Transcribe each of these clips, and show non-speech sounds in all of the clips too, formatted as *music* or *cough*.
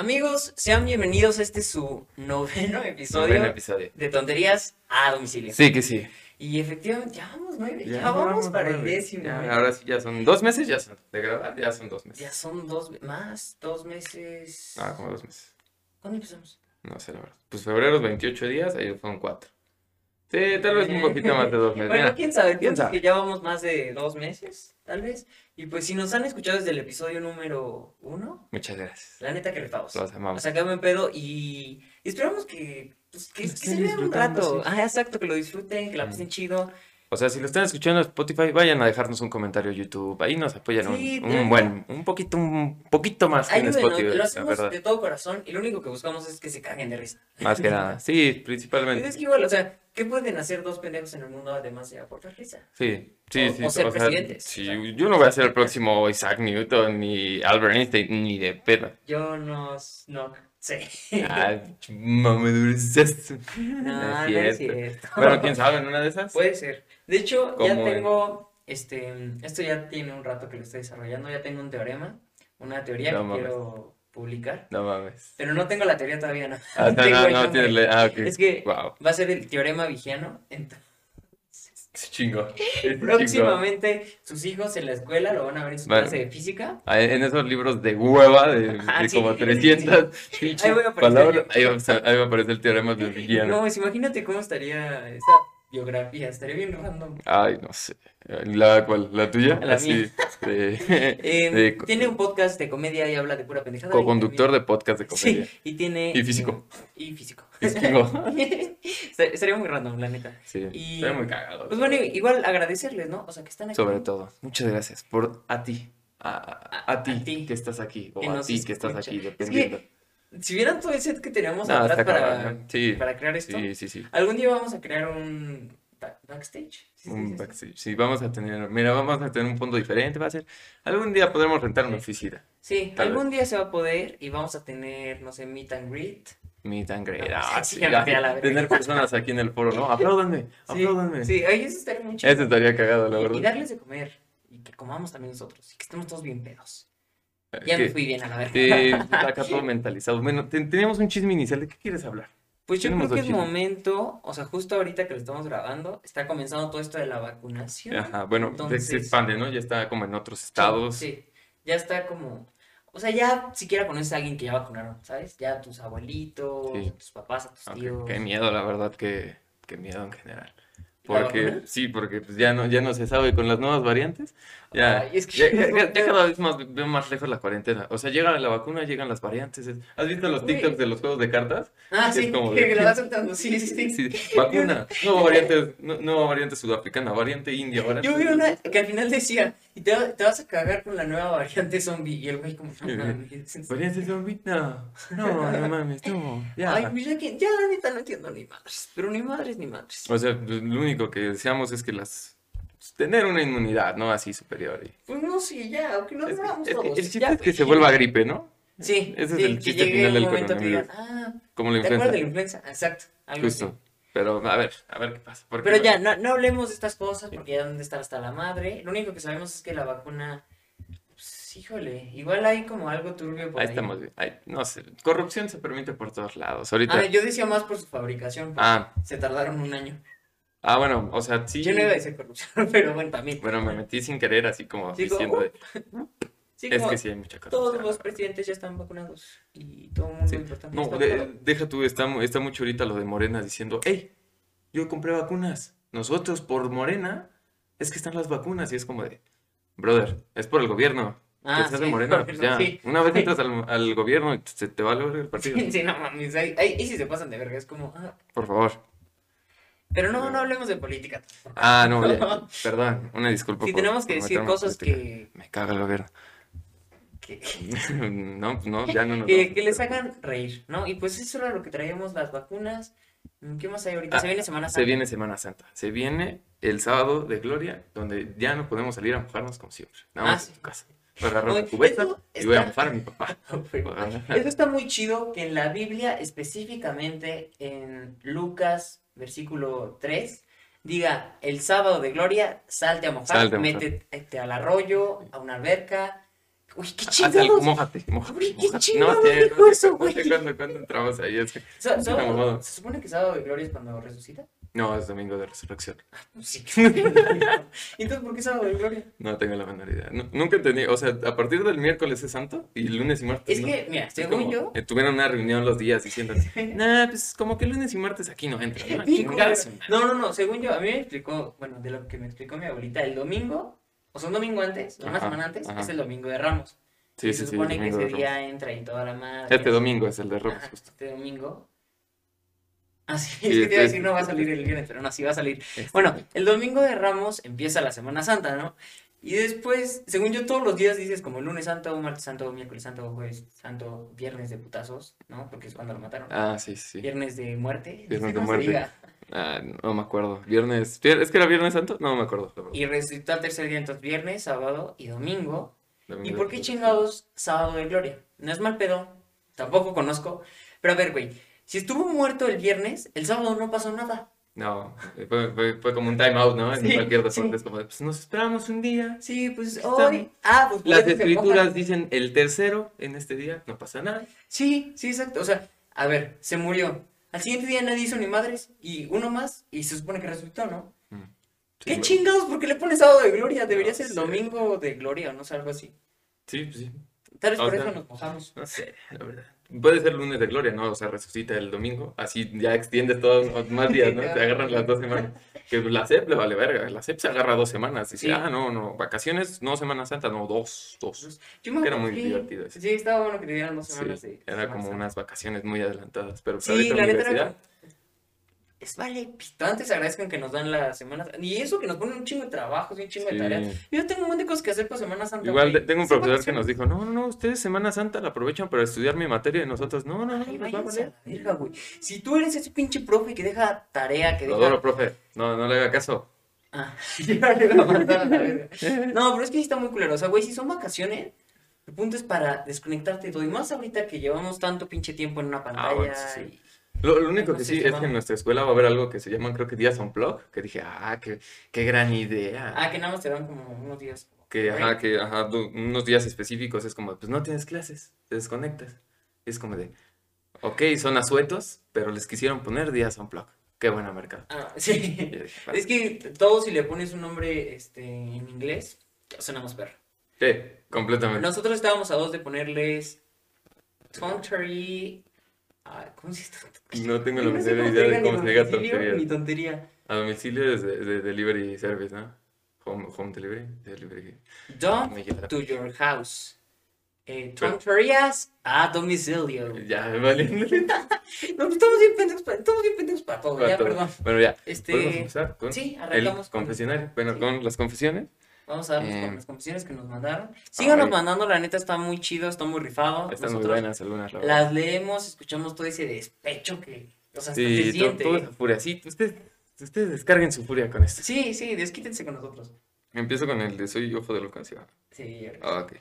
Amigos, sean bienvenidos a este su noveno episodio Noveno episodio. de Tonterías a domicilio. Sí, que sí. Y efectivamente, ya vamos nueve, ya, Ya vamos, vamos para el nueve. décimo. Ya, güey. ahora sí, ya son dos meses, ya son. De grabar, ya son dos Ya meses. son dos ve- más, dos meses. Ah, como dos meses. ¿Cuándo empezamos? No sé, la verdad. Pues febrero es 28 días, ayer fueron cuatro. Sí, tal vez un poquito más de dos *laughs* Bueno, meses. Pues Mira, quién sabe, el quién punto es sabe. que ya vamos más de dos meses, tal vez. Y pues si nos han escuchado desde el episodio número uno, Muchas gracias. la neta que retados. Los O amamos. sea, qué buen pedo y esperamos que, pues, que, Lo que se estén vean un disfrutando, rato. sí. Ah, exacto, que lo disfruten, que la Mm. pasen chido. O sea, si lo están escuchando en Spotify, vayan a dejarnos un comentario en YouTube. Ahí nos apoyan un- Sí, de un, verdad. buen, un poquito, un poquito más que en Ayúdenos, Spotify, lo la hacemos verdad. de todo corazón y lo único que buscamos es que se caguen de risa. Más que nada. Sí, Pues es principalmente. que igual, o sea, ¿qué pueden hacer dos pendejos en el mundo además de aportar risa? Sí, sí, O- sí. o ser sea, presidentes, sí, o sea. yo no voy a ser el próximo Isaac Newton, ni Albert Einstein, ni de *laughs* pedo. Yo no, s- no *laughs* sé. Ah, mameduras. No, No no es es cierto. cierto. *laughs* Bueno, quién sabe, en una de esas. Puede ser. De hecho, ya Como en- tengo, este, esto ya tiene un rato que lo estoy desarrollando, ya tengo un teorema, una teoría No que mames. quiero publicar, No mames. pero no tengo la teoría todavía, no. Ah, no, Tengo no, el no, nombre. tienes le- Ah, ok. Es que Wow. va a ser el teorema vigiano, entonces... Chingo. Próximamente sus hijos en la escuela lo van a ver en su Bueno. clase de física. Ah, En esos libros de hueva de, Ah, de sí. *laughs* como 300 pinches Ahí voy a aparecer palabras. yo. Ahí va, a estar- ahí va a aparecer el teorema de villano. No, pues imagínate cómo estaría esa biografía, estaría bien random. Ay, no sé. ¿La cuál? ¿La tuya? La Así. mía. de- *laughs* Eh, de co- tiene un podcast de comedia y habla de pura pendejada. y co-conductor de podcast de también- *laughs* Sí, comedia. y tiene... Y físico. Y físico. Es *laughs* chingo. Estar- Estaría muy random, la neta. Sí. Y- Estoy muy cagado. Pues bueno, igual agradecerles, ¿no? O sea, que están aquí. Sobre todo, muchas gracias por a ti. A, a- a ti ti. que estás aquí. O Que a nos ti que estás escucha. aquí, Es que dependiendo. Si vieran todo el set que teníamos No, atrás está para, cabrón. Sí, para crear esto, sí, sí, sí. algún día vamos a crear un ba- backstage. ¿sí se dice Un esto? backstage. Sí, vamos a tener, mira, vamos a tener un fondo diferente, va a ser. Algún día podremos rentar una Sí. oficina. Sí, Tal algún día se va a poder y vamos a tener, no sé, meet and greet. Meet and greet. No, Ah, sí, sí, ya me fui a la verga. tener personas aquí en el foro, ¿no? Apláudanme, Ah, apláudanme. Sí, ahí eso estaría muy chido. Eso estaría cagado, la Y- Y verdad. darles de comer y que comamos también nosotros y que estemos todos bien pedos. Eh, Ya me que- fui bien a la verga. Sí, acá todo mentalizado. Bueno, ten- teníamos un chisme inicial. ¿De qué quieres hablar? Pues yo tenemos creo que dos es chismes. momento, o sea, justo ahorita que lo estamos grabando, está comenzando todo esto de la vacunación. Ajá, bueno, se- se Entonces- expande, ¿no? Ya está como en otros estados. Sí, sí. ya está como. O sea, ya siquiera conoces a alguien que ya vacunaron, ¿sabes? Ya a tus abuelitos, Sí. a tus papás, a tus Aunque tíos. Qué miedo, la verdad, que, qué miedo en general. ¿La Porque, vacuna? sí, porque pues, ya no, ya no se sabe con las nuevas variantes. Ya, Ay, es que- ya- ya- ya- ya cada vez más veo más lejos la cuarentena. O sea, llega la vacuna, llegan las variantes. es- ¿Has visto los Güey. TikToks de los juegos de cartas? Ah, es sí, *laughs* como que de- lo vas soltando, sí, sí, sí. Sí, vacuna, *laughs* nueva variante, nu- nueva variante sudafricana, variante india, variante. Yo vi una que al final decía, y te, va- te vas a cagar con la nueva variante zombie. Y el güey como, no mames. Variante zombie, no, no, no mames, no, ya. Ay, pues ya que, ya la neta no entiendo ni madres. Pero ni madres ni madres. O sea, pues, lo único que deseamos es que las. pues, Tener una inmunidad, ¿no? Así superior. y- Pues no, sí, ya, aunque nos Es que- muramos es que todos. el chiste ya, es que se güey, vuelva gripe, ¿no? Sí, Ese es sí, el que chiste llegue final un del momento que digan, coronavirus. ah, Como la ¿te acuerdas de la influenza. influenza? Exacto, algo así. Justo. Pero a ver, a ver qué pasa. porque- Pero ya, no, no hablemos de estas cosas porque ya dónde estar hasta la madre. Lo único que sabemos es que la vacuna, pues, híjole, igual hay como algo turbio por Ahí ahí. estamos bien. Ay, no sé. Corrupción se permite por todos lados. Ah, Ahorita. yo decía más por su fabricación, porque Ah, se tardaron un año. ah, bueno, o sea, sí. Yo no iba a decir corrupción, *laughs* pero bueno, también. Bueno, me metí sin querer, así como Sí, como, uh, diciendo. de- Sí, es como que sí hay mucha cosa. todos los presidentes ya están vacunados y todo el mundo Sí. importante No, está de- vacunado. deja tú, está, mu- está mucho ahorita lo de Morena diciendo, hey, yo compré vacunas. Nosotros por Morena es que están las vacunas. Y es como de, brother, es por el gobierno. Ah, que seas de sí, *laughs* Morena, porque pues no- ya. sí. Una vez entras al, al gobierno y se te va a lograr el partido. Sí, no mames, ahí, ahí- ahí sí se pasan de verga, es como, ah, Por favor. pero no, no hablemos de política. Ah, no, ya, perdón, una disculpa. Si por- tenemos que por decir meterme en cosas política. que, Me caga el gobierno. *laughs* que, No, pues no, ya no nos. vamos que, a que les meter. hagan reír, ¿no? Y pues eso era lo que traíamos, las vacunas. Mm, ¿Qué más hay ahorita? Ah, se viene Semana Santa. *laughs* Se viene Semana Santa. Se viene el sábado de Gloria, donde ya no podemos salir a mojarnos como siempre. Nada Ah, más sí. en tu casa. Voy a agarrar una No, cubeta eso y voy a está- mojar a *laughs* mi papá. Eso está muy chido que en la Biblia, específicamente en Lucas, versículo 3, diga, el sábado de gloria, salte a mojar, Salte a mojar. métete Ah, al arroyo, a una alberca, Uy, qué Ándale, chingados. mójate, mójate. Güey, qué mójate. chingados sé, dijo sé eso, cu- No sé güey. cuándo, cuándo entramos ahí. es que- Sa- sa- Una mamada. ¿Se supone que sábado de gloria es cuando resucita? No, es domingo de resurrección. Sí. *laughs* Entonces, ¿por qué sábado de gloria? No tengo la menor idea. Nu- nunca entendí. O sea, a partir del miércoles es santo y lunes y martes. Es no. que, mira, Sí, según *laughs* como, yo, eh, tuvieron una reunión los días diciendo, *laughs* nah, pues como que lunes y martes aquí no entra. ¿no? Bien Chingada culero. su madre". No, no, no, según yo, a mí me explicó, bueno, de lo que me explicó mi abuelita, el domingo, o sea, un domingo antes, una Ajá, semana antes, ajá. es el domingo de Ramos. Sí, y sí, se sí, supone que domingo de ese Ramos. día entra y toda la madre. Este domingo es el de Ramos, Ajá, justo. este domingo. Ah, sí, Sí, es que te iba a este- decir, no va a salir el viernes, pero no, sí va a salir. Este. Bueno, el domingo de Ramos empieza la Semana Santa, ¿no? Y después, según yo, todos los días dices como lunes santo, martes santo, miércoles santo, jueves santo, viernes de putazos, ¿no? Porque es cuando lo mataron. Ah, sí, sí. sí. Viernes de muerte. no Viernes sé de cómo se muerte. diga. Ah, no me acuerdo. Viernes. vier- ¿Es que era Viernes Santo? No me acuerdo. la verdad. Y resucitó al tercer día, entonces viernes, sábado y domingo. ¿Y Domingo por de qué Ramos. chingados sábado de gloria? No es mal pedo, tampoco conozco. Pero a ver, güey, si estuvo muerto el viernes, el sábado no pasó nada. No, eh, fue, fue- fue como un time out, ¿no? En Sí, cualquier sí. deporte es como, de, pues nos esperamos un día. Sí, pues Está hoy. bien. Ah, pues por Las eso se escrituras mojan. dicen el tercero en este día, no pasa nada. Sí, sí, exacto. O sea, a ver, se murió. Al siguiente día nadie hizo ni madres y uno más y se supone que resucitó, ¿no? Mm. Sí, ¿Qué me- chingados? ¿Por qué le pones sábado de gloria? Debería No ser sé. domingo de gloria o no sé, algo así. Sí, pues sí. Tal vez O por sea, eso nos mojamos. No sé, la verdad. Puede ser lunes de gloria, ¿no? O sea, resucita el domingo. Así ya extiendes todos más días, ¿no? Te agarran las dos semanas. Que la CEP le vale verga. La CEP se agarra dos semanas. Dice, Sí. ah, no, no. Vacaciones, no Semana Santa, no, dos, dos. Yo me que era acuerdo muy que- divertido ese. Sí, estaba bueno que te dieran dos Sí, semanas de. era Semana como Santa. unas vacaciones muy adelantadas. Pero pues, Sí, ahorita en la la neta era universidad, como, Es vale, pito. Antes agradezcan que nos dan la Semana Santa. Y eso que nos ponen un chingo de trabajos y un chingo de tareas. sí. Yo tengo un montón de cosas que hacer para Semana Santa. Igual güey. de- tengo un Son profesor que nos vacaciones. dijo, no, no, no, ustedes Semana Santa la aprovechan para estudiar mi materia y nosotros, no, no, no, Ay, nos va a váyanse a valer. la verga, güey. Si tú eres ese pinche profe que deja tarea, que Lo deja. adoro, profe. No, no le *laughs* haga caso. Ah, ya le iba a mandar a la verga. No, pero es que sí está muy culero. O sea, güey, si son vacaciones, el punto es para desconectarte de todo. Y más ahorita que llevamos tanto pinche tiempo en una pantalla. Ah, bueno, sí, sí. y- Lo, lo único que Entonces, sí es que bueno. en nuestra escuela va a haber algo que se llaman, creo que días on block, que dije, ah, qué, qué gran idea. Ah, que nada más te dan como unos días. que, break. ajá, que, ajá, du- unos días específicos es como, pues no tienes clases, te desconectas. Es como de, ok, son asuetos, pero les quisieron poner días on block. Qué buena mercado. Ah, *laughs* Y sí. yo dije, "Va". Es que todo si le pones un nombre este, en inglés, sonamos perro. Sí, completamente. Nosotros estábamos a dos de ponerles country. ah, ¿Cómo se dice? No tengo la No sé menor cómo idea se de diga cómo se ni diga domicilio Ni tontería. tontería. A domicilio es de, de delivery service, ¿no? Home, home delivery, delivery. Dump Me llegará. to your house. Eh, Pero- tonterías a domicilio. Ya, vale. *laughs* No, estamos bien pendejos para, estamos bien pendejos para todo. Oh, Ya, perdón. Bueno, ya. ¿Podemos Este, empezar con sí, el arrancamos con- confesionario? Bueno, sí. con las confesiones. Vamos a darnos Eh, con las confesiones que nos mandaron. Síganos ay. mandando, la neta está muy chido, está muy rifado. Están muy Nosotros buenas algunas, la verdad. las leemos, escuchamos todo ese despecho que, o sea, hasta se Sí, to- siente. toda esa furia. Sí, ustedes, ustedes descarguen su furia con esto. Sí, sí, desquítense con nosotros. Empiezo con el de Soy Ojo de Loca. ¿sí? va? Sí, Ah, ok.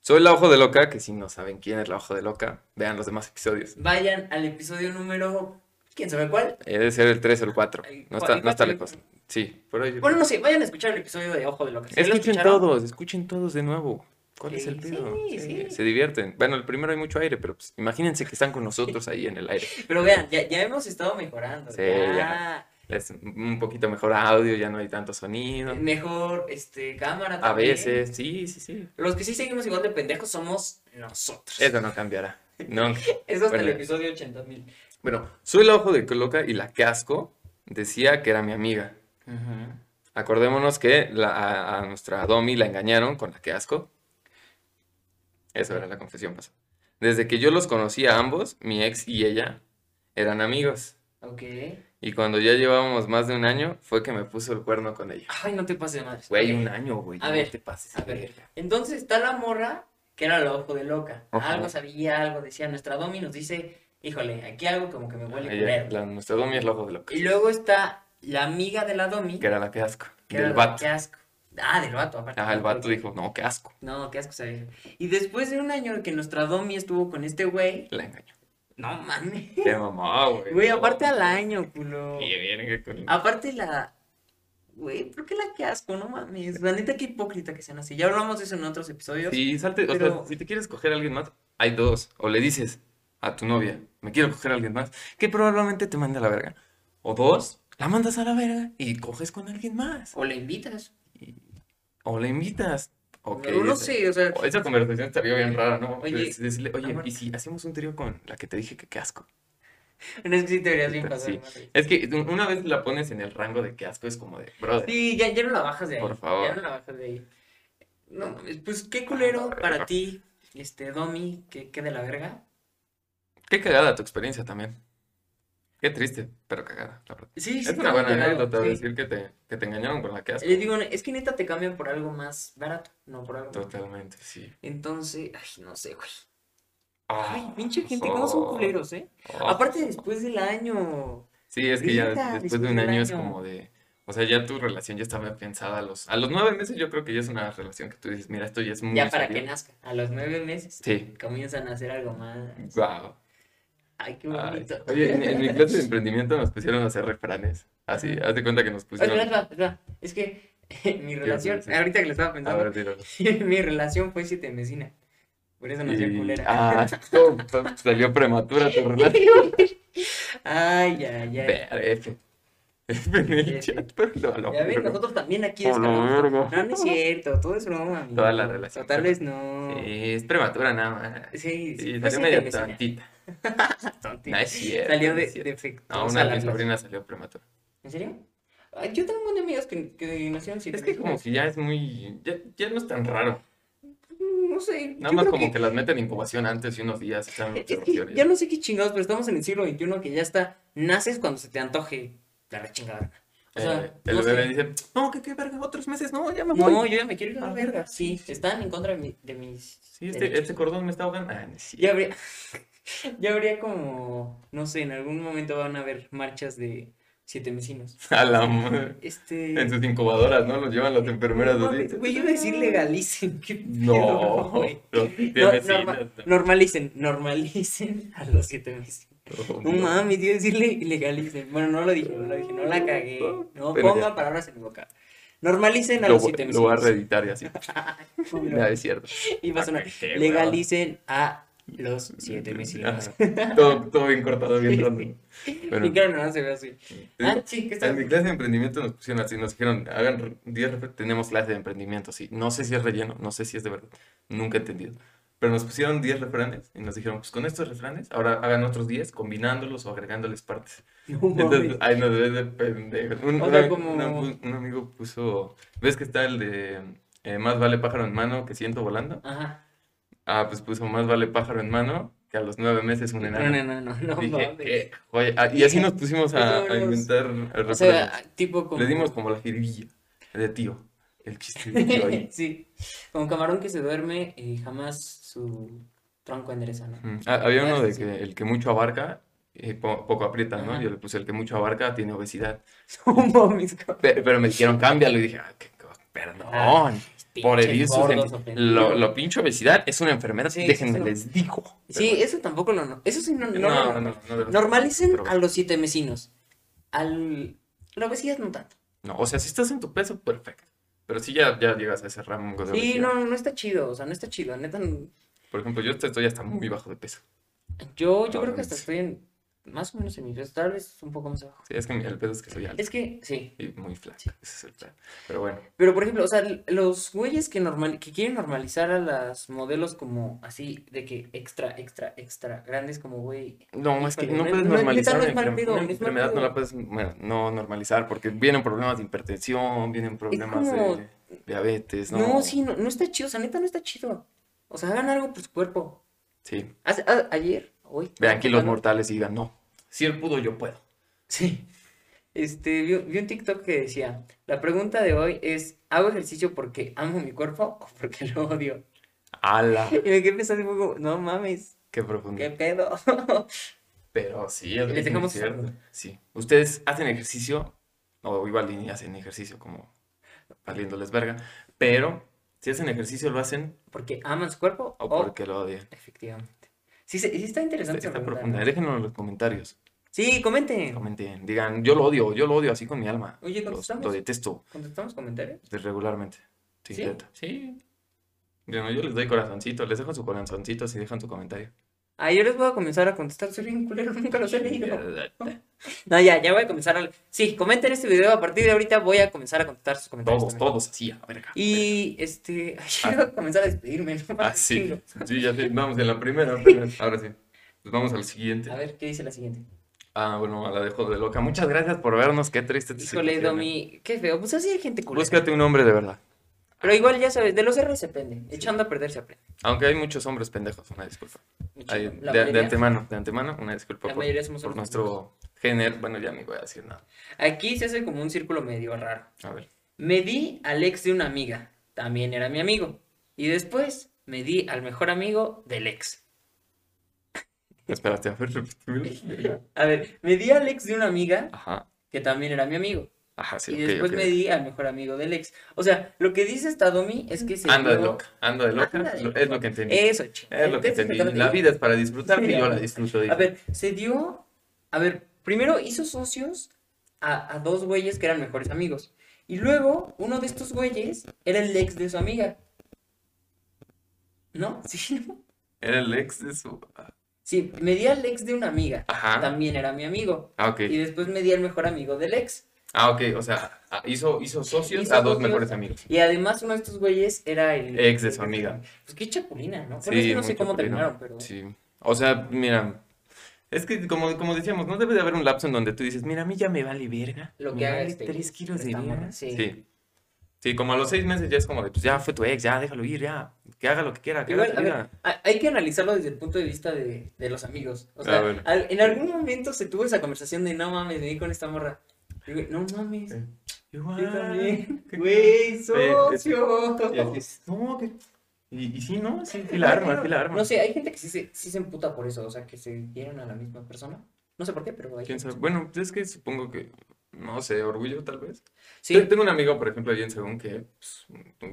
Soy la Ojo de Loca, que si no saben quién es la Ojo de Loca, vean los demás episodios. vayan al episodio número, quién sabe cuál. Eh, debe ser el 3 o el 4. El cua- No está, el no cuatro, está el lejos. Sí, por ahí. yo Bueno, no creo. sé, vayan a escuchar el episodio de Ojo de Loca. Si ya lo Escuchen escucharon, todos, escuchen todos de nuevo. ¿Cuál es Sí, el pedo? sí, sí. Se divierten. Bueno, el primero hay mucho aire, pero pues, imagínense que están con nosotros ahí en el aire. Pero vean, ya, ya hemos estado mejorando. Sí, ya. Es un poquito mejor audio, ya no hay tanto sonido. eh, Mejor este, cámara A también. veces, sí, sí, sí. Los que sí seguimos igual de pendejos somos nosotros. Eso no cambiará. Nunca. Es hasta el Bueno. episodio 80.000. Bueno, soy la ojo de Coloca y la casco decía que era mi amiga. Acordémonos que la- a, a nuestra Domi la engañaron con la que asco. Esa era la confesión pasada. Desde que yo los conocí a ambos, mi ex y ella eran amigos. Ok. Y cuando ya llevábamos más de un año, fue que me puso el cuerno con ella. Ay, no te pases de madre. Güey, un año, güey. A no ver, te pases. a de ver. verga. Entonces está la morra que era la ojo de loca. Ajá. Algo sabía, algo decía. Nuestra Domi nos dice, híjole, aquí algo como que me huele Ella- culero. la- nuestra Domi es la ojo de Loca. Y luego está la amiga de la Domi. Que era la que asco. que del era la- vato. Qué asco. Ah, del vato, aparte. Ajá, el vato dijo, no, qué asco. No, qué asco sabía. Y después de un año que nuestra Domi estuvo con este güey. La engañó. No mames. Qué mamá, güey. Güey, no. eh. aparte al año, culo. Y verga, con- Aparte la. Güey, ¿por qué la que asco? No mames. La neta, qué hipócrita que sean así. Ya hablamos de eso en otros episodios. Si, salte, o Pero- sea, si te quieres coger a alguien más, hay dos. O le dices a tu novia, me quiero coger a alguien más, que probablemente te mande a la verga. O dos, la mandas a la verga y coges con alguien más. O la invitas. O la invitas. O que No, no esa- sé, o sea. o Esa conversación estaría bien rara, ¿no? Oye, Pues decirle, oye, amor. ¿y si hacemos un trío con la que te dije que qué asco? No es que sí te verías bien Puta, pasar. sí. madre. Es que un- una vez la pones en el rango de que asco, es como de, brother. Sí, ya, ya no la bajas de ahí. Por favor. Ah, Ya no la bajas de ahí. No, mames, pues qué culero verga. para ti, este, Domi, que quede la verga. Qué cagada tu experiencia también. Qué triste, pero cagada, la verdad. Sí, sí. Es una está buena cagado, anécdota sí. decir que te, que te engañaron con la que asco. Le digo, es que neta te cambian por algo más barato, no por algo. más- Totalmente, sí. Entonces, ay, no sé, güey. Ah, Ay, pinche gente, ¿cómo son oh, culeros, eh? oh. Aparte, después del año. Sí, es que ya des- Neta, después de un después del año es año. como de. O sea, ya tu relación ya estaba pensada a los. A los nueve meses yo creo que ya es una relación que tú dices, mira, esto ya es muy Ya para Mm, serio. que nazca. A los nueve meses Sí. comienzan a hacer algo más. Wow. Ay, qué Ay, bonito. Oye, en, en mi *laughs* clase de emprendimiento nos pusieron a hacer refranes. Así, haz de cuenta que nos Espera, pusieron. espera, espera. Es que *laughs* mi relación, sí. ahorita que lo estaba A pensando, ver, *laughs* tíralo. mi relación fue siete mesina. Por eso nació Y- culera. Ah, no, pa- salió prematura tu relación. *laughs* Ay, ay, ay. Ver, F. F en el F. chat, pero no, a la Ya ven, verga. nosotros también aquí A la descargamos. verga. No, no es cierto, todo es broma, amigo. Toda la relación. O tal vez no. Sí, es prematura nada más. Sí, sí, Sí, fue salió siete medio mesina. tontita. *laughs* Tonti. No es cierto. Salió no de, es cierto. defectuosa No, una de la mis relación. sobrinas salió prematura. ¿En serio? Ah, Yo tengo unos amigos que, que nacieron siete Es que como mesinas. que ya es muy... Ya, ya no es tan raro. Mm, No sé. Nada yo más creo como que- que las meten en incubación antes y unos días. Están en Es que observaciones. ya no sé qué chingados, pero estamos en el siglo XXI que ya está. Naces cuando se te antoje la rechingada. O sea, Eh, el no sé. bebé dice, no, que qué verga, otros meses, no, ya me voy. No, yo ya me quiero ir a la verga. Sí, están en contra de, mi- de mis. Sí, este, derechos. este cordón me está ahogando. Ah, no es Ya habría. *laughs* ya habría como. No sé, en algún momento van a haber marchas de siete *laughs* vecinos. cierto. A la madre. Este. En sus incubadoras, ¿no? Los llevan las enfermeras. no, así. mames, Güey, yo iba a decir legalicen. *laughs* qué pedo, No, güey. los No, tienes norma- normalicen, *laughs* normalicen a los siete vecinos. No mames, iba a decirle ilegalicen. Bueno, no lo dije, no lo dije, no la cagué. No Pero ya. pongan palabras en mi boca. Normalicen a Lo, los siete lo voy a vecinos. reeditar *laughs* y así. *laughs* No, es cierto. Y va a sonar, Ah, qué hueva. Legalicen a *laughs* los siete vecinos. *laughs* Ajá. Todo, todo bien cortado, bien random. Ah, Bueno, Y claro, no se ve así. Ah, en sí, que está. mi clase de emprendimiento nos pusieron así, nos dijeron, hagan re- 10 refer- tenemos clase de emprendimiento, sí. No sé si es relleno, no sé si es de verdad, nunca he entendido. Pero nos pusieron 10 refranes y nos dijeron, pues con estos refranes, ahora hagan otros 10 combinándolos o agregándoles partes. *laughs* No Entonces, mames. ay, no, debe de pendejo. Un, O un sea, am- como- un am- un amigo puso. ¿Ves que está el de eh, más vale pájaro en mano que ciento volando? Ajá. Ah, pues puso más vale pájaro en mano que a los nueve meses un No, enano. no, no, no, no Dije, mames. "Eh, joya". Ah, y así nos pusimos a, Eso a los- inventar O refranes. sea, tipo como. Le dimos como la jiribilla de tío. El chiste de tío ahí. *laughs* Sí. Como camarón que se duerme y jamás su tronco endereza, ¿no? Mm, ah, había uno de Sí. que el que mucho abarca. eh, po- poco aprieta, ¿no? Ajá. Yo le puse el que mucho abarca tiene obesidad. *laughs* No mames, cabrón. Pe- Pero, me dijeron, cámbialo. Y dije, ah, qué co- Ah. perdón. Por Pinches herir sus gordos en- ofendidos. lo, lo pinche obesidad es una enfermedad, Sí, sí, déjenme sí. les digo. Sí, eso tampoco lo. No, eso sí no. no, Pero- lo no, no, normal. no, no, de los- Normalicen pero- a los siete vecinos. Al. La obesidad no tanto. No, o sea, si estás en tu peso, perfecto. Pero si ya, ya llegas a ese rango de Sí, obesidad. no, no está chido. O sea, no está chido. Neta. no- Por ejemplo, yo estoy hasta muy bajo de peso. Yo, No, yo creo que hasta mames. estoy en. Más o menos en mi peso. Tal vez un poco más abajo. Sí, es que mi- el peso es que soy alto Es que, sí. y muy flaco. Sí. Ese es el plan. Pero bueno, Pero por ejemplo, o sea, los güeyes que normal, que quieren normalizar a las modelos como así, de que extra, extra, extra, grandes como güey. no, es que Híjole, no no- puedes no, neta, normalizar no una, es mal enferme- pedo, no una es mal enfermedad, no pedo. la puedes bueno, no normalizar porque vienen problemas de hipertensión, vienen problemas como- de diabetes, Pues ¿no? No, sí, no, no está chido, o sea, neta no está chido. O sea, hagan algo por su cuerpo. Sí. Hace- a- ayer, hoy. Vean aquí los cuando- mortales y digan, no, si él pudo, yo puedo. Sí. Este, vi, vi un TikTok que decía, la pregunta de hoy es, ¿hago ejercicio porque amo mi cuerpo o porque lo odio? *laughs* ¡Hala! Y me quedé pensando un poco, no mames, Qué profundo. qué pedo. *laughs* Pero sí, les es muy dejamos sus cierto. saludos. Sí. ¿Ustedes hacen ejercicio? O igual y ni hacen ejercicio como valiéndoles verga. Pero si hacen ejercicio, lo hacen ¿Porque aman su cuerpo o o porque lo odian. efectivamente? Sí, se- sí está interesante Está esa pregunta, profunda. ¿no? Déjenlo en los comentarios. Sí, comenten. Comenten, digan, yo lo odio, yo lo odio así con mi alma. Oye, Los- ¿contestamos? lo detesto ¿Contestamos comentarios? regularmente. Sí, ¿Sí? neta. Sí. Bueno, yo les doy corazoncito, les dejo su corazoncito si dejan tu comentario. Ah, yo les voy a comenzar a contestar. Soy bien culero, *laughs* nunca los he leído. No, ya, ya voy a comenzar a... Sí, comenten este video. A partir de ahorita voy a comenzar a contestar sus comentarios. Todos, también. todos, así, a verga. Y, este... ay, *laughs* Quiero comenzar a despedirme. ¿no? Ah, sí. Chingo. Sí, ya *laughs* sé. Vamos en la primera. apenas. Ahora sí. Pues vamos al siguiente. A ver, ¿qué dice la siguiente? Ah, bueno, a la dejo de loca. Muchas gracias por vernos. Qué triste. te Híjole, situación, eh. Domi, qué feo. Pues así hay gente culera. Búscate un hombre de verdad. Pero igual, ya sabes, de los errores se aprende. Echando a perder se aprende. Aunque hay muchos hombres pendejos. Una disculpa. Hay- Echando- de, la de mayoría- antemano, de antemano, una disculpa La por, mayoría somos por hombres nuestro género. Bueno, ya ni voy a decir nada. Aquí se hace como un círculo medio raro. A ver. Me di al ex de una amiga, también era mi amigo. Y después me di al mejor amigo del *laughs* ex. Espérate, a ver, repíteme. A ver, me di al ex de una amiga, Ajá. que también era mi amigo. Ajá, sí, y ok, después ok. me di al mejor amigo del ex. O sea, lo que dice esta Domi es que se Anda de dio- loca, anda de loca. Anda de lo- loca. Es lo que entendí. Eso, chingada. es lo que Eso entendí. te lo La digo. vida es para disfrutar Sí, y yo la ajá. disfruto. A dije. ver, se dio. A ver, primero hizo socios a, a dos güeyes que eran mejores amigos. Y luego, uno de estos güeyes era el ex de su amiga. ¿No? *laughs* Sí, ¿no? Era el ex de su. Sí, me di al ex de una amiga. Ajá. También era mi amigo. Ah, ok. Y después me di al mejor amigo del ex. Ah, ok, o sea, a- hizo, hizo socios Hizo a dos socios. mejores amigos. Y además uno de estos güeyes era el Ex de su amiga. Pues qué chapulina, ¿no? Bueno, Sí, es que no muy sé cómo chapulino. terminaron, pero. Sí. O sea, mira, es que como, como decíamos, no debe de haber un lapso en donde tú dices, mira, a mí ya me vale verga. Lo me que haga vale este tres güey, kilos de esta morra, verga. sí. sí. Sí, como a los seis meses ya es como de, pues ya fue tu ex, ya déjalo ir, ya. Que haga lo que quiera, que haga Igual, su a ver, vida. ha- hay que analizarlo desde el punto de vista de, de los amigos. O A sea, ver. al- en algún momento se tuvo esa conversación de no mames, me di con esta morra. Y güey, no mames, Eh, yo Igual. también. *laughs* ¿qué Güey, Oye, es- socio. tal? Y así es, no, que- Y, y sí, ¿no? Sí, sí la arma, sí la arma. No sé, hay gente que sí se, sí se emputa por eso, o sea, que se dieron a la misma persona. No sé por qué, pero hay ¿Quién gente sabe? Bueno, es que supongo que, no sé, orgullo tal vez. Sí, Te- Tengo un amigo, por ejemplo, allí en Según que pues,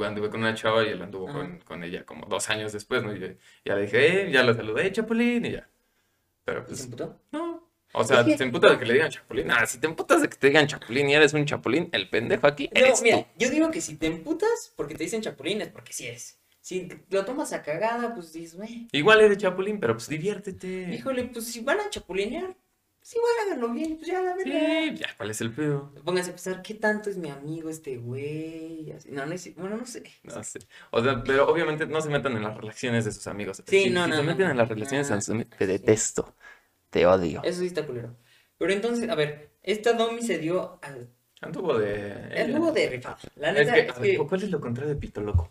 anduve con una chava y él anduvo Ajá. con, con ella como dos años después, ¿no? Y yo- ya le dije, eh, ya la saludé, "Eh, Chapulín, y ya. ¿y Pero se pues, emputó? no. O sea, Es que- te emputas de que le digan Chapulín. Ah, si te emputas de que te digan Chapulín y eres un Chapulín, el pendejo aquí No, eres mira, tú. yo digo que si te emputas porque te dicen chapulines, porque sí eres. Si lo tomas a cagada, pues dices, güey, Igual eres Chapulín, pero pues diviértete. híjole, pues si van a chapulinear, pues igual háganlo bien, pues ya la verdad. Sí, ya, ¿cuál es el pedo? Pónganse a pensar, ¿qué tanto es mi amigo este güey? Y así. No, no es- bueno, no sé. No sé. O sea, pero obviamente no se metan en las relaciones de sus amigos. Sí, Si- no, si no, se no, meten no. en las relaciones de Ah, sus amigos, te sí. detesto. Te odio. Eso sí está culero. Pero entonces, a ver, esta Domi se dio al Anduvo de. al nuevo de rifado. La Es neta que, es a ver, que. ¿cuál es lo contrario de pito loco?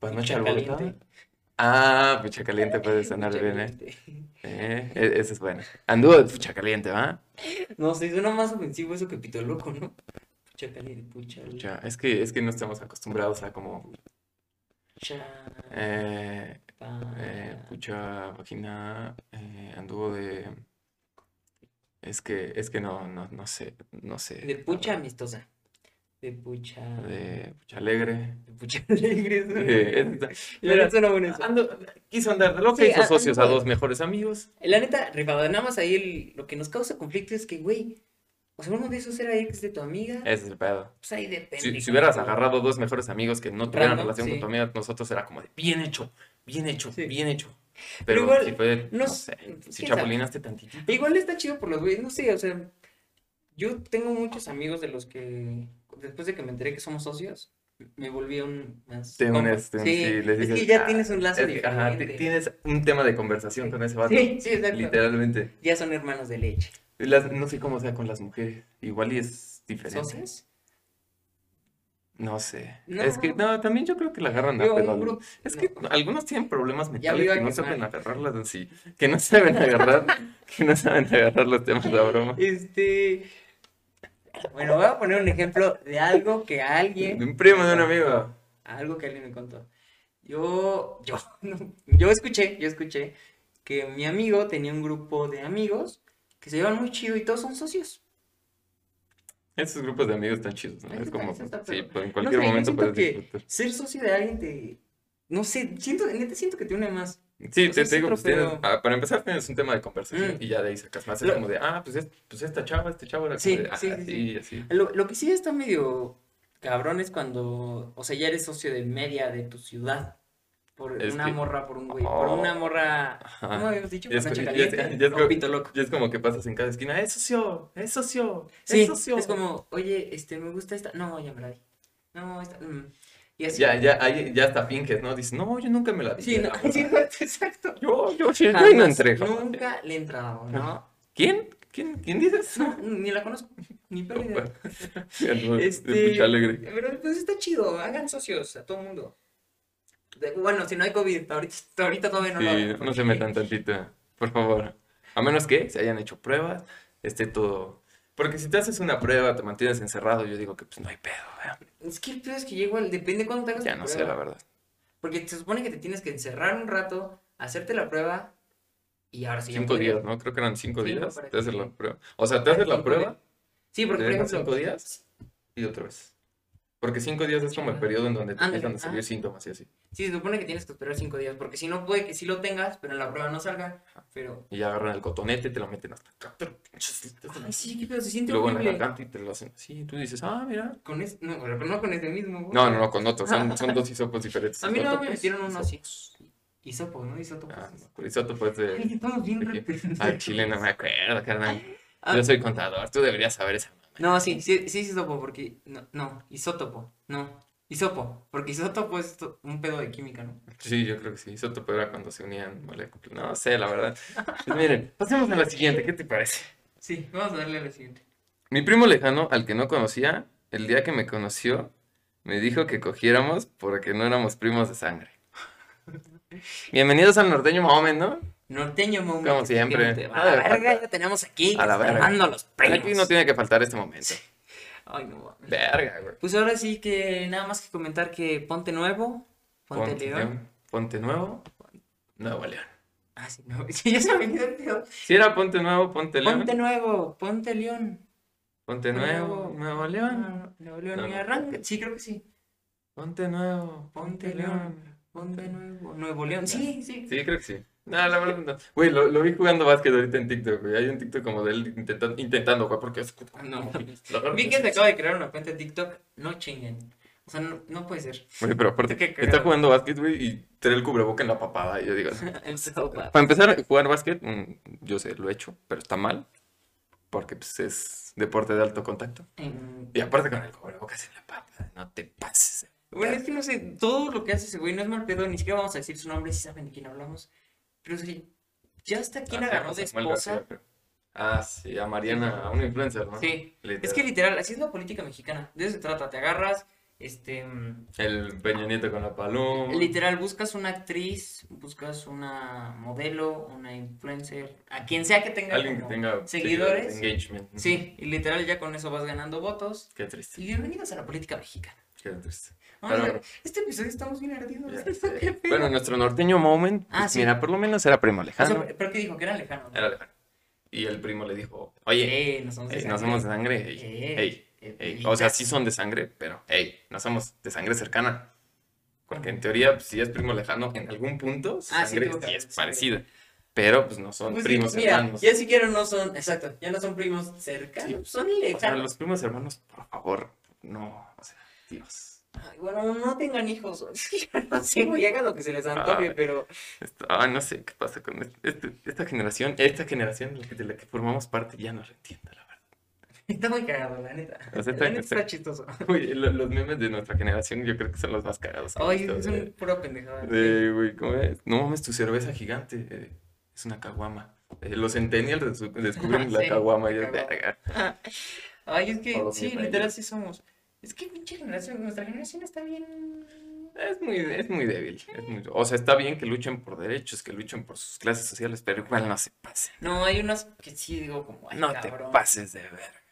¿Panocha Picha caliente. alborotada? Ah, pucha *laughs* caliente puede sonar Mucha bien, ¿eh? gente. Eh, e- Esa es buena. Anduvo de pucha caliente, ¿va? No sé, suena más ofensivo eso que pito loco, ¿no? Pucha caliente, pucha. Pucha, es que, es que no estamos acostumbrados a como. Pucha. Eh, pa- eh, pucha vagina. eh, anduvo de. Es que, es que no, no, no sé, no sé. De la pucha verdad. amistosa. De pucha. De pucha alegre. De pucha *laughs* alegre. *laughs* Eh, suena- esta- La neta suena bueno eso. Ando- quiso andar de loca, Sí, hizo a- socios a anduvo de- dos mejores amigos. La neta, rifado, nada más ahí el- lo que nos causa conflicto es que, güey, o sea, uno de esos era ex de tu amiga, Ese es el pedo. pues ahí depende. Si, si cómo hubieras te va. agarrado dos mejores amigos que no tuvieran Random, relación sí. con tu amiga, nosotros era como de bien hecho, bien hecho, Sí. bien hecho. Pero, igual, si fue, no no s- sé, quién si sabe. chapulinaste tantito. Igual está chido por los güeyes, no sé, o sea, yo tengo muchos amigos de los que, después de que me enteré que somos socios, me volví un más Te compa. unes, te- Sí, Este, sí, les es que dices, ya "Ah, tienes un lazo Es que, ajá, ti- diferente. tienes un tema de conversación con ese vato, Sí, sí, exacto. literalmente. Ya son hermanos de leche. Las- no sé cómo sea con las mujeres, igual y es diferente. ¿Socios? No sé. No. Es que, no, también yo creo que la agarran a Yo, un pedo. grupo- Es no. que algunos tienen problemas Ya me mentales iba que a no quemar. saben agarrarlas en sí, que no *laughs* saben agarrar, que no saben agarrar los temas de broma. Este... Bueno, voy a poner un ejemplo de algo que alguien... Ah, De un primo de un amigo. Algo que alguien me contó. Yo, *laughs* yo, no, yo escuché, yo escuché que mi amigo tenía un grupo de amigos que se llevan muy chido y todos son socios. Esos grupos de amigos están chidos, ¿no? Eso Es está- como, eso está sí, perro. pues, en No cualquier sé, yo momento siento puedes que disfrutar. ser socio de alguien te, no sé, siento, neta siento que te une más. Sí, Pues te, es te digo, otro pues tienes- pedo. ah, para empezar tienes un tema de conversación Mm. y ya de ahí sacas más. Es Lo- como de, ah, pues, es- pues esta chava, este chavo era como Sí, de, ah, sí, sí, así, sí. así. Lo, lo que sí está medio cabrón es cuando, o sea, ya eres socio de media de tu ciudad. Por Es una que- morra, por un güey. Por una Oh. morra. Ajá. ¿Cómo habíamos dicho? Ya es- ¿Pacacha ya es- caliente? ya es o como- pito ¿eh? loco. Y es como que pasas en cada esquina, es socio, es socio, Sí, es socio. es como, oye, este, me gusta esta. No, ya me la vi. No, esta. mm. Y así. Ya, ya, ahí ya hasta finges, ¿no? Dices, no, yo nunca me la vi. Sí, no, *laughs* sí, no, exacto. Yo, yo, sí, yo ahí no Jamás, entré. jamás. nunca le he entrado, ¿no? ¿Quién? ¿Quién? ¿Quién dices? No, ni la conozco, ni perdida. *laughs* Bueno, no, de Este, pucha alegre. Pero pues está chido, hagan socios a todo mundo. De- Bueno, si no hay COVID, ahorita, ahorita todavía no lo Sí, hagan, no se porque- metan tantito, por favor. A menos que se hayan hecho pruebas, esté todo. Porque si te haces una prueba, te mantienes encerrado, yo digo que pues no hay pedo, ¿verdad? Es que el pedo es que ya igual, depende cuándo te hagas Ya tu no sé, prueba, la verdad. Porque se supone que te tienes que encerrar un rato, hacerte la prueba y ahora sí. ya Cinco podrías. días, ¿no? Creo que eran cinco Cinco días. para Te haces que- la prueba. O sea, te haces la Cinco prueba, Sí, porque por te dejan ejemplo. cinco días y otra vez. Porque cinco días es como el periodo en donde te Ah, Ándale, empiezan a salir ajá. síntomas y así. Sí, se supone que tienes que esperar cinco días, porque si no puede que sí lo tengas, pero en la prueba no salga. Pero. Y ya agarran el cotonete, te lo meten hasta acá. Ay, sí, qué pedo, se Y siente luego en la horrible. garganta y te lo hacen así. Y tú dices, ah, mira. Con es- no, pero no con ese mismo. güey. No, no, no, con *laughs* otro. Son, son dos hisopos diferentes. A mí no me Isótopos, metieron uno isótopos. así. Hisopo, ¿no? Hisopo. pues, Ah, no, isótopo es de- Ay, estamos bien de que- repetidos. Al chile no me acuerdo, carnal. Ah, Yo soy contador, tú deberías saber esa mamá. No, sí, sí, sí, es hisopo, porque. No, no, isótopo, no. Hisopo, porque isótopo es to- un pedo de química, ¿no? Sí, yo creo que sí. Isótopo era cuando se unían moléculas. No sé, la verdad. Pues miren, pasemos a la siguiente, ¿qué te parece? Sí, vamos a darle a la siguiente. Mi primo lejano, al que no conocía, el día que me conoció, me dijo que cogiéramos porque no éramos primos de sangre. Bienvenidos al norteño Mahomet, ¿no? Norteño Momo. Como que efectivamente siempre. va A la Ah, verga, ya tenemos aquí. A la verga. salvando los Aquí no premios. tiene que faltar este momento. Ay, no mames. Verga, güey. Pues ahora sí que nada más que comentar que ponte nuevo, ponte, león. Ponte nuevo, Nuevo León. Ah, sí, no, *laughs* sí, ya se me olvidó el pedo. Si era Ponte Nuevo, Ponte León. Ponte nuevo, ponte león. Ponte Nuevo, Nuevo. Nuevo León. Ah, Nuevo león, No, y no. arranca. Sí, creo que sí. Ponte Nuevo, Ponte Ponte León. León. Ponte nuevo, nuevo león. Sí, sí. Sí, creo que sí. No, la verdad no. Güey, lo, lo vi jugando básquet ahorita en TikTok, güey. Hay un TikTok como de él intentando, intentando güey, porque es... No. *laughs* La verdad Vi no que sé. se acaba de crear una cuenta de TikTok. No chinguen. O sea, no, no puede ser. *laughs* Güey, pero aparte, Qué está cagado. jugando básquet, güey, y trae el cubreboca en la papada. Y yo digo, I'm so bad. para empezar a jugar básquet, mm, yo sé, lo he hecho, pero está mal. Porque pues, es deporte de alto contacto. Em, Y aparte con el cubrebocas en la papada, no te pases. Bueno, es que no sé, todo lo que hace ese güey no es mal pedo, ni siquiera vamos a decir su nombre si saben de quién hablamos. Pero sí, ya hasta quién Ah, sí, agarró de Samuel García, esposa. creo. Ah, sí, a Mariana, a una influencer, ¿no? Sí, Literal. es que literal, así es la política mexicana. De eso se trata, te agarras, este, mm, El Peña Nieto con la paloma. literal, buscas una actriz, buscas una modelo, una influencer, a quien sea que tenga, Alguien que como tenga seguidores. engagement. Sí, y literal ya con eso vas ganando votos. Qué triste, Y bienvenidos a la política mexicana. qué *laughs* triste. Vamos a Pero- ver, este episodio estamos bien ardidos. Ya, *laughs* Qué eh, pedo. Bueno, nuestro norteño moment, Ah, pues, sí. mira, por lo menos era primo O sea, lejano. pero que dijo que era lejano. Era lejano. Y el primo le dijo, oye, Eh, nos somos ey, no somos de sangre, ey, Eh. ey, ey. Eh, O sea, sí son de sangre, pero, ey, no somos de sangre cercana. Porque en teoría, pues, si es primo lejano, en algún punto su Ah, sí, sangre tuvo que sí haber es sangre. parecida. Pero, pues, no son Pues sí, primos mira, hermanos. Ya siquiera no son, exacto, ya no son primos cercanos, son O sea, lejanos. los primos hermanos, por favor, no, o sea, Dios. Ay, bueno, no tengan hijos, *laughs* es *laughs* que ya no sé, güey, hagan lo que se les antoje, Ay. pero Esto- ay, no sé qué pasa con este- este- esta generación, esta generación de la que, de la que formamos parte, ya no la entiendo, la verdad. está muy cagado, la neta. O sea, está- la neta está- está chistoso. *laughs* Güey, lo- los memes de nuestra generación yo creo que son los más cagados. que he Ay, visto, es de- un puro pendejada. sí. de, güey, ¿cómo es? No mames, tu cerveza gigante, eh, es una caguama. Eh, los *laughs* centennials desu- descubren la Sí, caguama y la es caguama. verga. Ay, es O que los sí, millennials. literal sí somos. Es que pinche generación, nuestra generación está bien. Es muy, es muy débil. es muy- o sea, está bien que luchen por derechos, que luchen por sus clases sociales, pero igual no se pasen. No, hay unas que sí digo como, ay, No cabrón. te pases de verga. *laughs*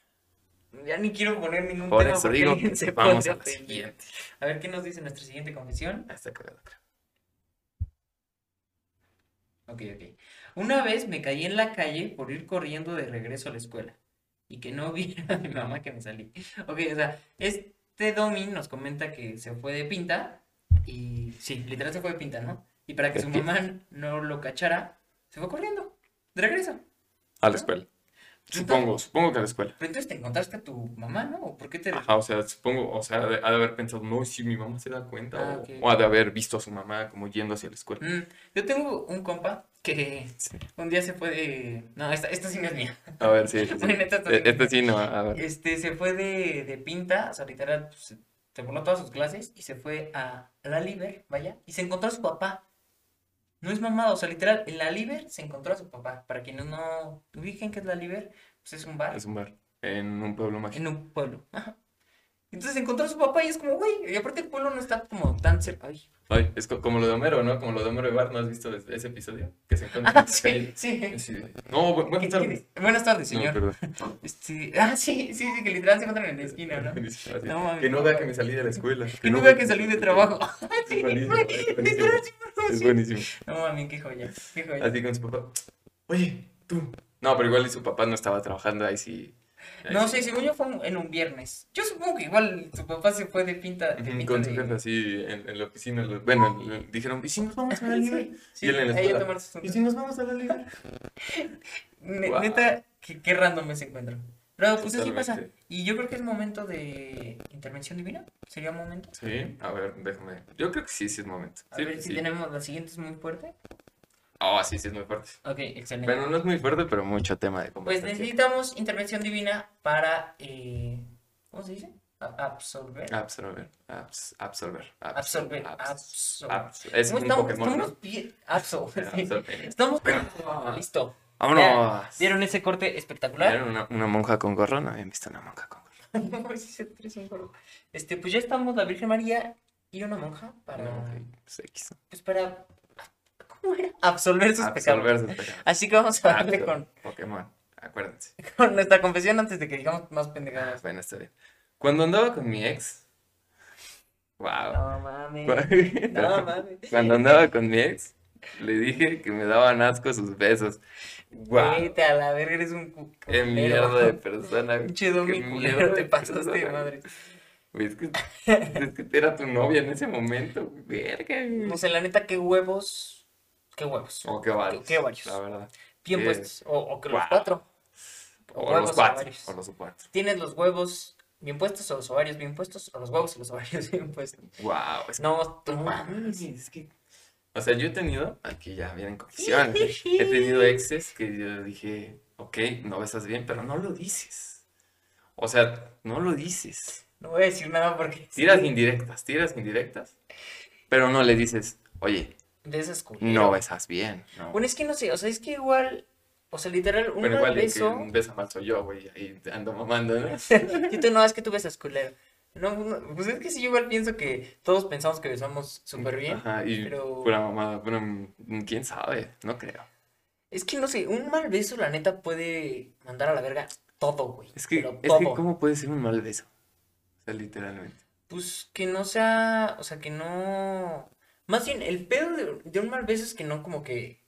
Ya ni quiero poner ningún Por tema eso porque digo alguien que se vamos podría a la ofender. siguiente. A ver qué nos dice nuestra siguiente confesión. Ah, está cagado, creo. Ok, ok. Una vez me caí en la calle por ir corriendo de regreso a la escuela y que no *laughs* viera a mi mamá que me salí. Ok, o sea, este Domi nos comenta que se fue de pinta y sí, literal se fue de pinta, ¿no? Y para que su mamá no lo cachara, se fue corriendo. De regreso. A la escuela. Supongo, supongo que a la escuela. Pero entonces te encontraste a tu mamá, ¿no? ¿O por qué te.? Ajá, o sea, supongo, o sea, ha de ha de haber pensado, no, si mi mamá se da cuenta, Ah, o, ok. o ha de haber visto a su mamá como yendo hacia la escuela. Mm, yo tengo un compa que Sí. un día se fue de. No, esta, esta sí no es mía. A ver, sí, sí, sí. *laughs* Bueno, esta está E- bien. Este sí, no, a ver. Este se fue de, de pinta, o sea, literal, pues, se- se voló todas sus clases y se fue a la Liber, vaya, y se encontró a su papá. No es mamada, o sea, literal, en la Liber se encontró a su papá. Para quienes no ubiquen qué es la Liber, pues es un bar Es un bar. En un pueblo mágico. en un pueblo. Ajá. Entonces se encontró a su papá y es como, güey, y aparte el pueblo no está como tan cerca. Ay. Ay, es co- como lo de Homero, ¿no? Como lo de Homero y Bart, ¿no has visto ese ese episodio? Que se encuentran Ah, *laughs* en *laughs* la sí, calle. sí. Sí. No, bu- ¿Qué- buenas qué tardes. dice? Buenas tardes, No, señor. perdón. Este, ah, sí, sí, sí, que literal se encuentran en la *laughs* esquina, *laughs* ¿no? Así, No, mames. que no vea que me salí de la escuela. Que no vea que salí de trabajo. *laughs* Sí, *laughs* Es buenísimo, güey, es buenísimo. literal, sí, no, Es sí. buenísimo. No mami, qué joya, qué joya. Así con su papá. Oye, tú. No, pero igual y su papá no estaba trabajando ahí sí. ahí No sí. sé, según yo fue un- en un viernes. Yo supongo que igual su papá se fue de pinta. De Ujú, pinta Con de... su jefe así en, en la oficina. lo- bueno, le- le dijeron, ¿y si nos vamos a la libre? Sí, sí, y él en la ahí a escuela. tomarse su- Ah, ¿Y si nos vamos a la libre? Ne- Guau. Neta, qué, qué random se encuentro. Pero pues así pasa. Totalmente. Y yo creo que es momento de intervención divina. Sería un momento. Sí, a ver, déjame. Yo creo que sí, sí es momento. A Sí, ver si sí. tenemos la siguiente es muy fuerte. Ah, sí, sí es muy fuerte. Ok, excelente. Bueno, no es muy fuerte, pero mucho tema de pues conversación. necesitamos intervención divina para. eh, ¿Cómo se dice? A- Absorber. Absorber, abs- absorber, abs- Absorber. Ah, abs- Absorber. abs- Es ¿Cómo un estamos? Pokémon, ¿no? Estamos bien. Absorber. *laughs* sí. Absorber. Estamos ah, listo. ¡Vámonos! ¿Vieron ese corte espectacular? ¿Vieron una, una monja con gorro? No habían visto una monja con gorro. No, ese es el tres en coro. Este, pues ya estamos la Virgen María y una monja para No, ok, pues, X. pues para ¿cómo era? absolver sus pecados. Absorber *laughs* sus pecados. Así que Ah, vamos a darle Absorber. con, Pokémon, acuérdense. con nuestra confesión antes de que digamos más Ah, pendejadas. Bueno, está bien. Cuando andaba con mi ex. Wow. No mames. No Cuando mames. cuando andaba con mi ex, le dije que me daban asco sus besos. Wow. Vete a la verga, eres un cu- Qué culero. *laughs* mierda de persona. Pinche Domi qué culero, mierda te de pasaste de persona. madre. *laughs* Güey, es que, es que era tu novia en ese momento. güey. Verga. güey. No sé, la neta, qué huevos. Qué huevos. O que varios. Qué- qué varios. La verdad. Bien qué- puestos. O, o que los Guau. cuatro. O, Huevos los o cuatro. varios. O los cuatro. ¿Tienes los huevos bien puestos o los ovarios bien puestos? ¿O los huevos y los ovarios *laughs* bien puestos? Wow. Es No, tú No mames. mames, es que. O sea, yo he tenido. Aquí ya vienen confesiones. ¿eh? He tenido exes que yo dije, ok, no besas bien, pero no lo dices. O sea, no lo dices. No voy a decir nada porque. Tiras indirectas, tiras indirectas, pero no le dices, oye, De esas culero. no besas bien. No. Bueno, es que no sé, o sea, es que igual. O sea, literal, un Bueno, mal igual y que beso. *laughs* un besa mal soy yo, güey, ahí te ando mamando, ¿no? Y tú no, es que tú besas culero. No, no, pues es que sí, yo igual pienso que todos pensamos que besamos súper bien. Ajá, y pero- pura mamada, bueno, mm, quién sabe, no creo. Es que no sé, un mal beso, la neta, puede mandar a la verga todo, güey. Es que, pero es que, todo. ¿cómo puede ser un mal beso? O sea, literalmente. Pues que no sea, o sea, que no... Más bien, el pedo de, de un mal beso es que no como que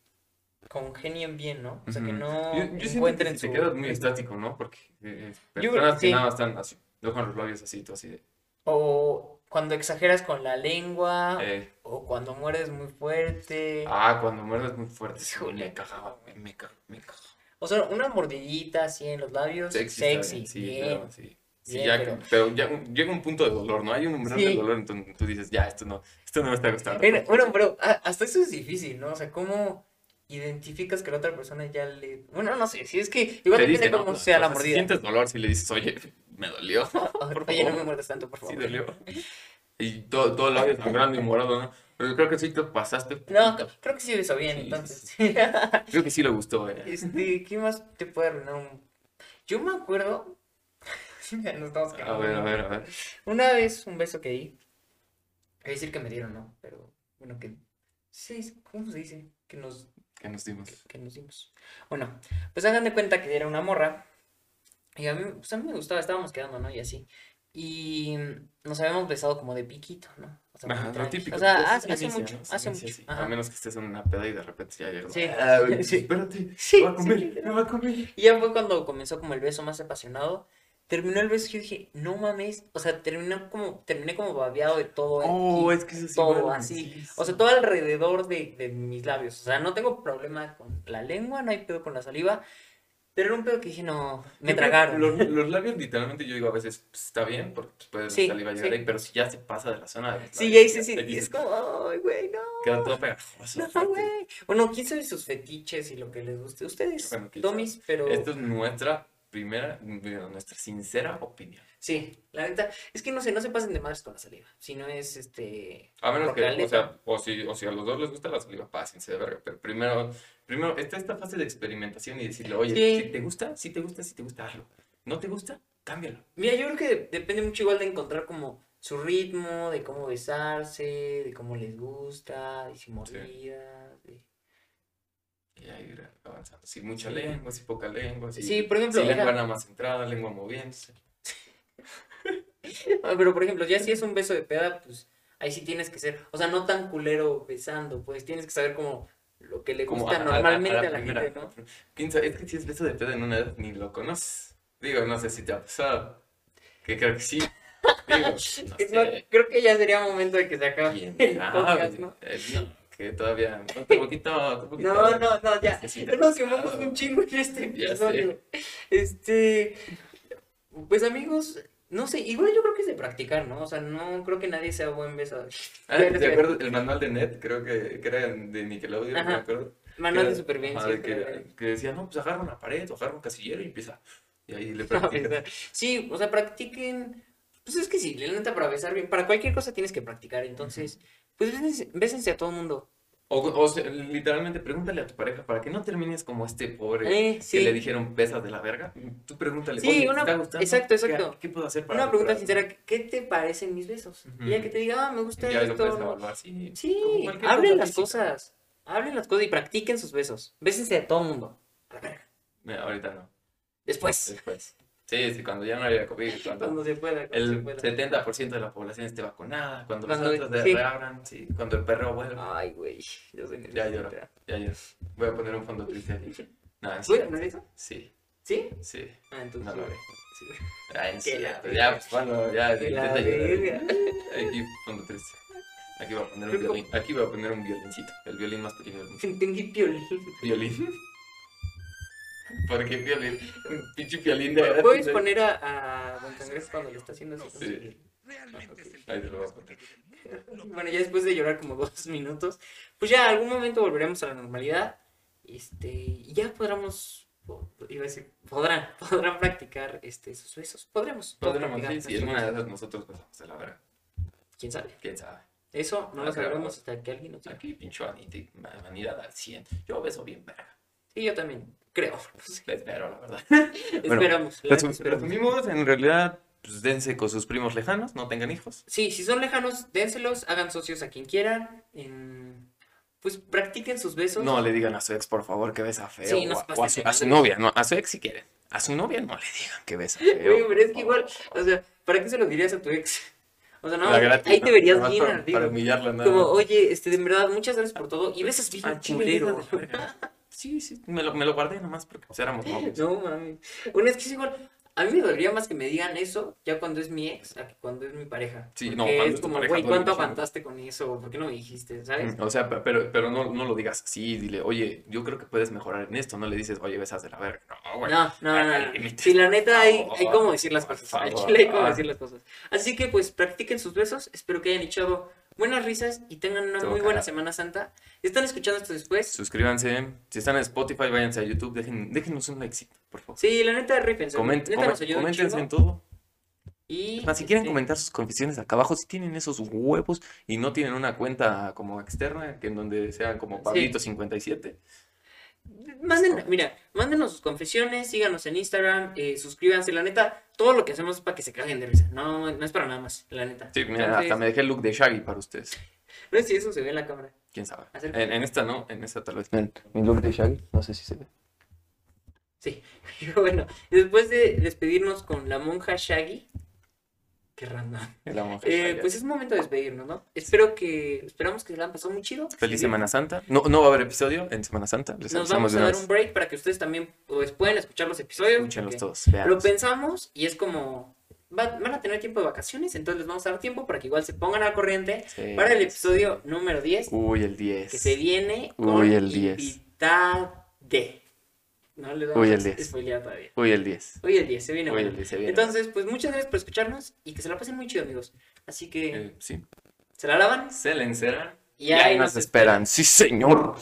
congenien bien, ¿no? O sea, que Ujú. no Yo, yo siento que encuentren si te su- quedas muy estático, ¿no? Porque eh, eh, Yo- personas que sí. nada más están así, no con los labios así, tú así de, O cuando exageras con la lengua, eh, o cuando muerdes muy fuerte. ah, cuando muerdes muy fuerte, sí, Híjole. me cagaba, güey, me cagaba, me cagaba. O sea, una mordidita así en los labios, Sexy, está sexy, bien, sí, bien. claro, sí. Sí, bien, ya que- pero- pero... ya un- llega un punto de dolor, ¿no? Hay un umbral Sí. de dolor, entonces tú dices, ya, esto no, esto no me está gustando. Mira, bueno, pero a- hasta eso es difícil, ¿no? O sea, ¿cómo identificas que la otra persona ya le... Bueno, no sé, si es que igual Te depende dice, ¿no? cómo O sea la sea, si mordida. *laughs* sientes dolor, si le dices, oye, me dolió, por Oye, no me favor. muerdas tanto, por *laughs* sí favor. dolió. Y todo, todo el labio sangrando y morado, ¿no? Pero yo creo que sí te pasaste. No, c- creo que sí besó bien, Sí, entonces. *laughs* sí, Creo que sí le gustó, ¿eh? *laughs* este, ¿qué más te puede arruinar un...? Yo me acuerdo... *laughs* Mira, Nos estamos A quedando ver, a ver, a ver. Una vez un beso que di... Es decir que me dieron, ¿no? Pero, bueno, que... Sí, ¿cómo se dice? Que nos, ¿Qué nos dimos? que, que nos dimos. Bueno, pues hagan de cuenta que era una morra. Y a mí, pues a mí me gustaba, estábamos quedando, ¿no? Y así. Y mm, nos habíamos besado como de piquito, ¿no? O sea, muy Ajá, lo tranqui. típico. O sea, pues, ha- es que hace inicia, mucho, ¿no? Se hace inicia mucho. así. Ajá. A menos que estés en una peda y de repente ya llegas. Sí. "Ah, *laughs* güey, Sí. Espérate, *laughs* Sí, me va a comer, sí. me va a comer. Y ya fue cuando comenzó como el beso más apasionado. Terminó el beso y yo dije, no mames. O sea, terminó como, terminé como babeado de todo. Oh, aquí, es que eso sí todo duele, así. sí, O sea, sí. todo alrededor de, de mis labios. O sea, no tengo problema con la lengua, no hay pedo con la saliva. Pero era un pedo que dije, no, me Yo creo que tragaron. Los, los labios, literalmente, yo digo a veces, pues, está bien, porque pues, puede Sí, saliva llegar sí. ahí, pero si ya se pasa de la zona de los Sí, labios, ahí sí, ya sí. te Es dices, como, ay, güey, no. Queda todo pegajoso. No, aparte. güey. Bueno, quién sabe sus fetiches y lo que les guste. Ustedes, Bueno, quién domis, pero. Esta es nuestra primera, bueno, nuestra sincera opinión. Sí, la neta. Es que no sé, no se pasen de madres con la saliva. Si no es este. A menos Porque que, la o neta- sea, o si, o si a los dos les gusta la saliva, pásense de verga. Pero primero, primero está esta fase de experimentación y decirle, oye, Sí. si te gusta, si te gusta, si te gusta, hazlo. ¿No te gusta? Cámbialo. Mira, yo creo que de- depende mucho igual de encontrar como su ritmo, de cómo besarse, de cómo les gusta, de si mordidas. de- Y ahí ir avanzando. Si mucha Sí. lengua, si poca lengua. Si, Sí, por ejemplo, si mira. lengua nada más entrada, lengua moviéndose. Ah, Pero por ejemplo, ya si es un beso de peda, pues ahí sí tienes que ser, o sea, no tan culero besando, pues tienes que saber como lo que le Como gusta a- a- a- a la normalmente a la, primera. gente, ¿no? Piensa, es que si es beso de pedo en una edad, ni lo conoces. Digo, no sé si te ha pasado. Que creo que sí. Digo, *laughs* *laughs* no Es más, sé. creo que ya sería momento de que se acabe ¿Quién *laughs* el sabe? podcast, ¿no? Eh, no, que todavía. Otro poquito, otro poquito. No, no, no, ya. Sí, sí, Ya Nos quemamos un chingo en este *laughs* Ya episodio. Este. Pues amigos, no sé, igual yo creo que es de practicar, ¿no? O sea, no creo que nadie sea buen besador. Ah, ¿Te acuerdas el manual de Ned? Creo que, que era de Nickelodeon, Ajá. me acuerdo. Manual de Que era- ajá, de supervivencia. *laughs* creo. que, que decía, no, pues agarra una pared o agarra un casillero y empieza. Y *laughs* ahí le Para practicas. besar. Sí, o sea, practiquen. Pues es que sí, la neta, para besar bien, para cualquier cosa tienes que practicar. Entonces, pues bésense, bésense a todo el mundo. O, o sea, literalmente pregúntale a tu pareja para que no termines como este pobre Eh, que le sí. dijeron pesas de la verga. Tú pregúntale, Sí, "Oye, ¿te una- está gustando? exacto, ¿Qué- exacto. ¿Qué, puedo hacer para Una pregunta mejorar?" sincera: ¿qué te parecen mis besos? Y ya que te diga, ah, me gusta Ya lo esto. puedes no- evaluar, sí. como Sí, cualquier hablen cosa las física. cosas. Hablen las cosas y practiquen sus besos. Bésense a todo mundo. A la verga. No, ahorita no. Después. Después. Sí, sí, cuando ya no haya COVID, cuando Cuando se pueda. Cuando se el pueda. 70% de la población esté vacunada, cuando, Cuando- los otros sí. reabran, sí, cuando el perro vuelva. Ay, güey. Yo soy Ya nervioso, lloro. espera. Ya, ya. Voy a poner un fondo triste aquí. No, en ¿Voy a serio. poner eso? Sí, ¿Sí? sí. Ah, entonces. No lo haré. sí. Ay, en Que serio, la pues ya, verga. pues bueno, ya, Que la intenta llorar. verga. *laughs* Aquí, fondo triste. Aquí voy a poner un Creo que- violín. Aquí voy a poner un violincito. El violín más pequeño del mundo. Entendí *laughs* piolín. ¿Violín? ¿Por qué violín? Un pinche violín de verdad. Puedes poner a, a Don Cangrejo cuando le está haciendo así. con su Sí. piel. Realmente es el Ahí te lo voy a podcast poner. *laughs* Bueno, ya después de llorar como *laughs* dos minutos, pues ya algún momento volveremos a la normalidad. Este, y ya podremos. po- Iba a decir, podrán, *laughs* podrán practicar este, sus besos. Podremos. Podríamos, sí, practicar sí, en nuestros Pues, una de esas nosotros pasamos a la verga. ¿Quién sabe? ¿Quién sabe? Eso no Ah, lo claro. sabremos hasta que alguien nos diga. Aquí pincho aniti- ma- vanidad al 100. Yo beso bien verga. Sí, yo también, creo. *laughs* Pues, La espero, la verdad. esperamos, la verdad, esperamos. Resumimos, en realidad, pues dense con sus primos lejanos, no tengan hijos. Sí, si son lejanos, dénselos, hagan socios a quien quieran. en- Pues practiquen sus besos. No le digan a su ex, por favor, que besa feo. Sí, no o se a, pasen o a su, de a su madre. novia, no, a su ex si quieren. A su novia no le digan que besa feo. Güey, pero es que por igual, o sea, ¿para qué se lo dirías a tu ex? *laughs* O sea, no, favor. La gratis, ahí ¿no? te verías Nada más bien para, ardido. para humillarla, nada Como, más. oye, este, de verdad, muchas gracias por todo. Y besas bien *laughs* Ah, chile, culero. esa de la verga. Sí, sí, me lo, me lo guardé nomás porque pues, éramos novios. No mami. Bueno, es que es igual. A mí me dolería más que me digan eso ya cuando es mi ex a que cuando es mi pareja. Sí, Porque no, cuando es, es tu como, pareja güey, duele ¿cuánto un chingo". aguantaste con eso? ¿Por qué no me dijiste? ¿Sabes? Mm, O sea, pe- pero, pero no, no lo digas así, dile, oye, yo creo que puedes mejorar en esto, no le dices, oye, besas de la verga. No, güey. No, no, no, al no. límite. Sí, la neta hay, Por hay cómo decir las favor, cosas. por *laughs* Al favor. chile hay cómo decir las cosas. Así que pues practiquen sus besos. Espero que hayan echado buenas risas y tengan una Todo muy buena cagado. Semana Santa. Están escuchando esto después. Suscríbanse. Si están en Spotify, váyanse a YouTube, dejen, déjenos un likecito, por favor. Sí, la neta, rífense. Coment- neta comen- nos ayuda un coméntense chingo. en todo. Y, Es más, si quieren este, comentar sus confesiones acá abajo, si tienen esos huevos y no tienen una cuenta como externa, que en donde sean como Sí. Pablito57, Manden, mira, mándenos sus confesiones, síganos en Instagram, eh, suscríbanse, la neta, todo lo que hacemos es para que se caguen de risa, no, no es para nada más, la neta. Sí, mira, Entonces, hasta me dejé el look de Shaggy para ustedes. No sé si eso se ve en la cámara. *laughs* ¿Quién sabe? Acércate. En, en esta no, en esta tal vez. Miren, mi look de Shaggy, no sé si se ve. Sí, pero bueno, después de despedirnos con la monja Shaggy, Qué random. El amor. Eh, pues es momento de despedirnos, ¿no? Espero que, esperamos que se la han pasado muy chido. Feliz Semana Santa. No, no va a haber episodio en Semana Santa. Les Nos vamos avisamos de a una dar vez. un break para que ustedes también pues, puedan escuchar los episodios. Escúchenlos porque todos. Lo véanlos. pensamos y es como, va- van a tener tiempo de vacaciones, entonces les vamos a dar tiempo para que igual se pongan al corriente Sí. para el episodio número 10 Uy, el que se 10. viene Uy, con el 10. invitade. No les vamos Uy, a el 10. spoilear todavía. Uy, el 10. Hoy el 10, se viene Uy, bueno. el 10 se viene. Entonces, pues muchas gracias por escucharnos y que se la pasen muy chido, amigos. Así que Eh, sí. se la lavan Se le enceran. y ahí nos esperan. Sí, señor.